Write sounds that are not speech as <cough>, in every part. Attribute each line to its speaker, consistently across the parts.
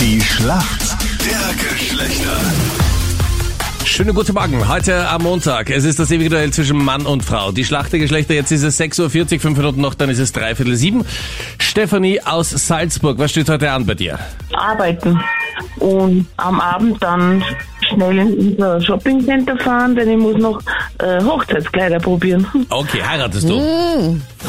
Speaker 1: Die Schlacht der Geschlechter.
Speaker 2: Schönen guten Morgen. Heute am Montag. Es ist das ewige Duell zwischen Mann und Frau. Die Schlacht der Geschlechter. Jetzt ist es 6.40 Uhr, fünf Minuten noch, dann ist es dreiviertel sieben. Stefanie aus Salzburg, was steht heute an bei dir?
Speaker 3: arbeiten und am Abend dann schnell in unser Shoppingcenter fahren, denn ich muss noch äh, Hochzeitskleider probieren. <laughs>
Speaker 2: Okay, heiratest du?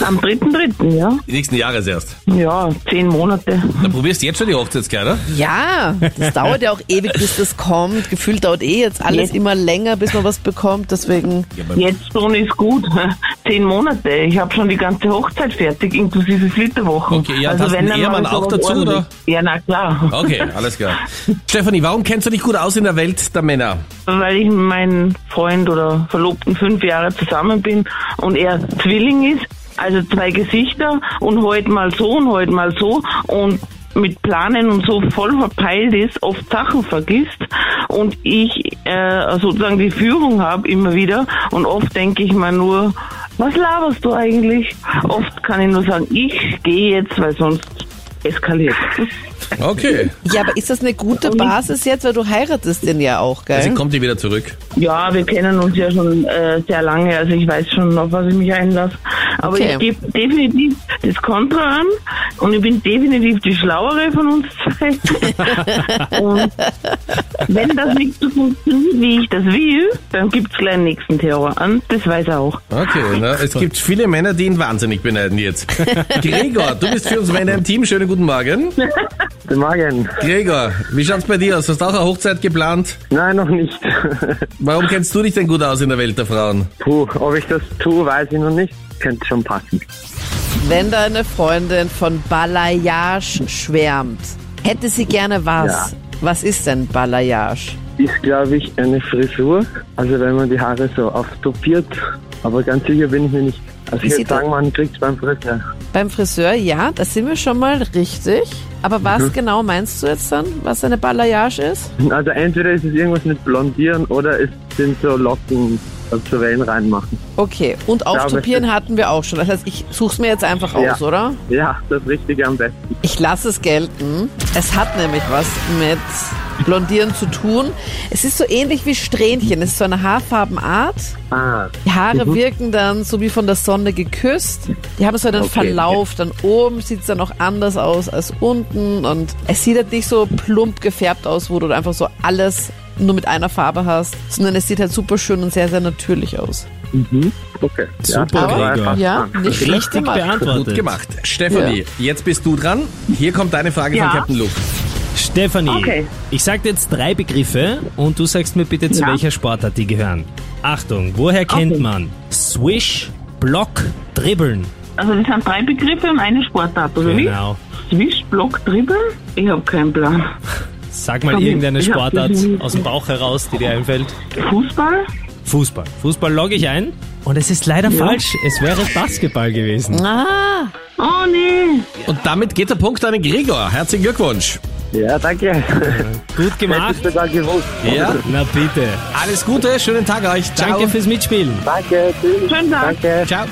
Speaker 3: Am 3.3., ja?
Speaker 2: Die nächsten Jahres erst.
Speaker 3: Ja, zehn Monate.
Speaker 2: Dann probierst du jetzt schon die Hochzeitskleider?
Speaker 4: Ja, das dauert ja auch ewig, bis das kommt. Gefühlt dauert eh jetzt alles immer länger, bis man was bekommt. Deswegen,
Speaker 3: Jetzt schon ist gut. <laughs> Zehn Monate. Ich habe schon die ganze Hochzeit fertig, inklusive Flitterwochen. Also
Speaker 2: Okay, ja, hast du einen
Speaker 3: einmal
Speaker 2: Ehemann auch
Speaker 3: sowas
Speaker 2: dazu, oder?
Speaker 3: ordentliches- Ja, na klar.
Speaker 2: Okay,
Speaker 3: <laughs>
Speaker 2: alles klar. Stefanie, warum kennst du dich gut aus in der Welt der Männer?
Speaker 3: Weil ich mit meinem Freund oder Verlobten fünf Jahre zusammen bin und er Zwilling ist, also zwei Gesichter und heute mal so und heute mal so und mit Planen und so voll verpeilt ist, oft Sachen vergisst und ich äh, sozusagen die Führung habe immer wieder und oft denke ich mir nur, was laberst du eigentlich? Oft kann ich nur sagen, ich gehe jetzt, weil sonst eskaliert.
Speaker 2: Okay.
Speaker 4: ja, aber ist das eine gute Basis jetzt, weil du heiratest den ja auch,
Speaker 2: Sie
Speaker 4: gell?
Speaker 2: kommt die wieder zurück.
Speaker 3: Ja, wir kennen uns ja schon äh, sehr lange, also ich weiß schon, auf was ich mich einlasse. Aber
Speaker 4: Okay.
Speaker 3: ich gebe definitiv das Kontra an und ich bin definitiv die Schlauere von uns zwei. und wenn das nicht so funktioniert, wie ich das will, dann gibt's gleich einen nächsten Terror an. Das weiß er auch.
Speaker 2: Okay, na, es gibt viele Männer, die ihn wahnsinnig beneiden jetzt. Gregor, du bist für uns Männer im Team. Schönen guten Morgen.
Speaker 5: Guten Morgen.
Speaker 2: Gregor, wie schaut's bei dir aus? Hast du auch eine Hochzeit geplant?
Speaker 5: Nein, noch nicht. <laughs>
Speaker 2: Warum kennst du dich denn gut aus in der Welt der Frauen?
Speaker 5: Puh, ob ich das tue, weiß ich noch nicht. Könnte schon passen.
Speaker 4: Wenn deine Freundin von Balayage schwärmt, hätte sie gerne was.
Speaker 5: Ja.
Speaker 4: Was ist denn Balayage?
Speaker 5: Ist, glaube ich, eine Frisur. Also wenn man die Haare so auftopiert. Aber ganz sicher bin ich mir nicht. Also ich
Speaker 4: Ist sie
Speaker 5: würde sagen, man kriegt beim Friseur.
Speaker 4: Beim Friseur, ja, da sind wir schon mal richtig. Aber was genau meinst du jetzt dann, was eine Balayage ist?
Speaker 5: Also entweder ist es irgendwas mit Blondieren oder es sind so Locken also so Wellen reinmachen.
Speaker 4: Okay, und auftupieren hatten wir auch schon. Das heißt, ich such's mir jetzt einfach aus,
Speaker 5: Ja.
Speaker 4: oder?
Speaker 5: Ja, das Richtige am besten.
Speaker 4: Ich lasse es gelten. Es hat nämlich was mit Blondieren zu tun. Es ist so ähnlich wie Strähnchen. Es ist so eine Haarfarbenart.
Speaker 5: Ah,
Speaker 4: Die Haare wirken dann so wie von der Sonne geküsst. Die haben so einen Verlauf. Dann oben sieht es dann auch anders aus als unten. Und es sieht halt nicht so plump gefärbt aus, wo du einfach so alles nur mit einer Farbe hast, sondern es sieht halt super schön und sehr, sehr natürlich aus.
Speaker 5: okay.
Speaker 6: Super,
Speaker 5: das war
Speaker 6: Gregor.
Speaker 5: fast
Speaker 4: Ja,
Speaker 5: dran.
Speaker 4: nicht schlecht
Speaker 6: Richtig
Speaker 4: gemacht.
Speaker 6: beantwortet.
Speaker 2: Gut gemacht. Stefanie, jetzt bist du dran. Hier kommt deine Frage
Speaker 3: Ja.
Speaker 2: von Captain Luke.
Speaker 6: Stefanie,
Speaker 3: Okay.
Speaker 6: ich sag dir jetzt drei Begriffe und du sagst mir bitte, zu
Speaker 3: Ja.
Speaker 6: welcher Sportart die gehören. Achtung, woher kennt man Swish, Block, Dribbeln?
Speaker 3: Also das sind drei Begriffe und eine Sportart, oder
Speaker 6: Genau.
Speaker 3: wie? Swish, Block, Dribbeln? Ich habe keinen Plan.
Speaker 6: Sag mal
Speaker 3: Komm,
Speaker 6: irgendeine
Speaker 3: ich hab
Speaker 6: Sportart
Speaker 3: das nicht.
Speaker 6: aus dem Bauch heraus, die dir einfällt.
Speaker 3: Fußball?
Speaker 6: Fußball. Fußball logge ich ein. Und es ist leider falsch. Es wäre Basketball gewesen.
Speaker 4: Ah,
Speaker 3: Oh nee!
Speaker 2: Und damit geht der Punkt an den Gregor. Herzlichen Glückwunsch.
Speaker 5: Ja, danke. <laughs>
Speaker 6: Gut
Speaker 5: Hättest
Speaker 6: gemacht.
Speaker 5: du da gewusst.
Speaker 2: Ja.
Speaker 6: Na bitte.
Speaker 2: Alles Gute, schönen Tag euch. Ciao.
Speaker 6: Danke fürs Mitspielen.
Speaker 5: Danke, tschüss.
Speaker 3: Schönen Tag.
Speaker 5: Danke.
Speaker 2: Ciao.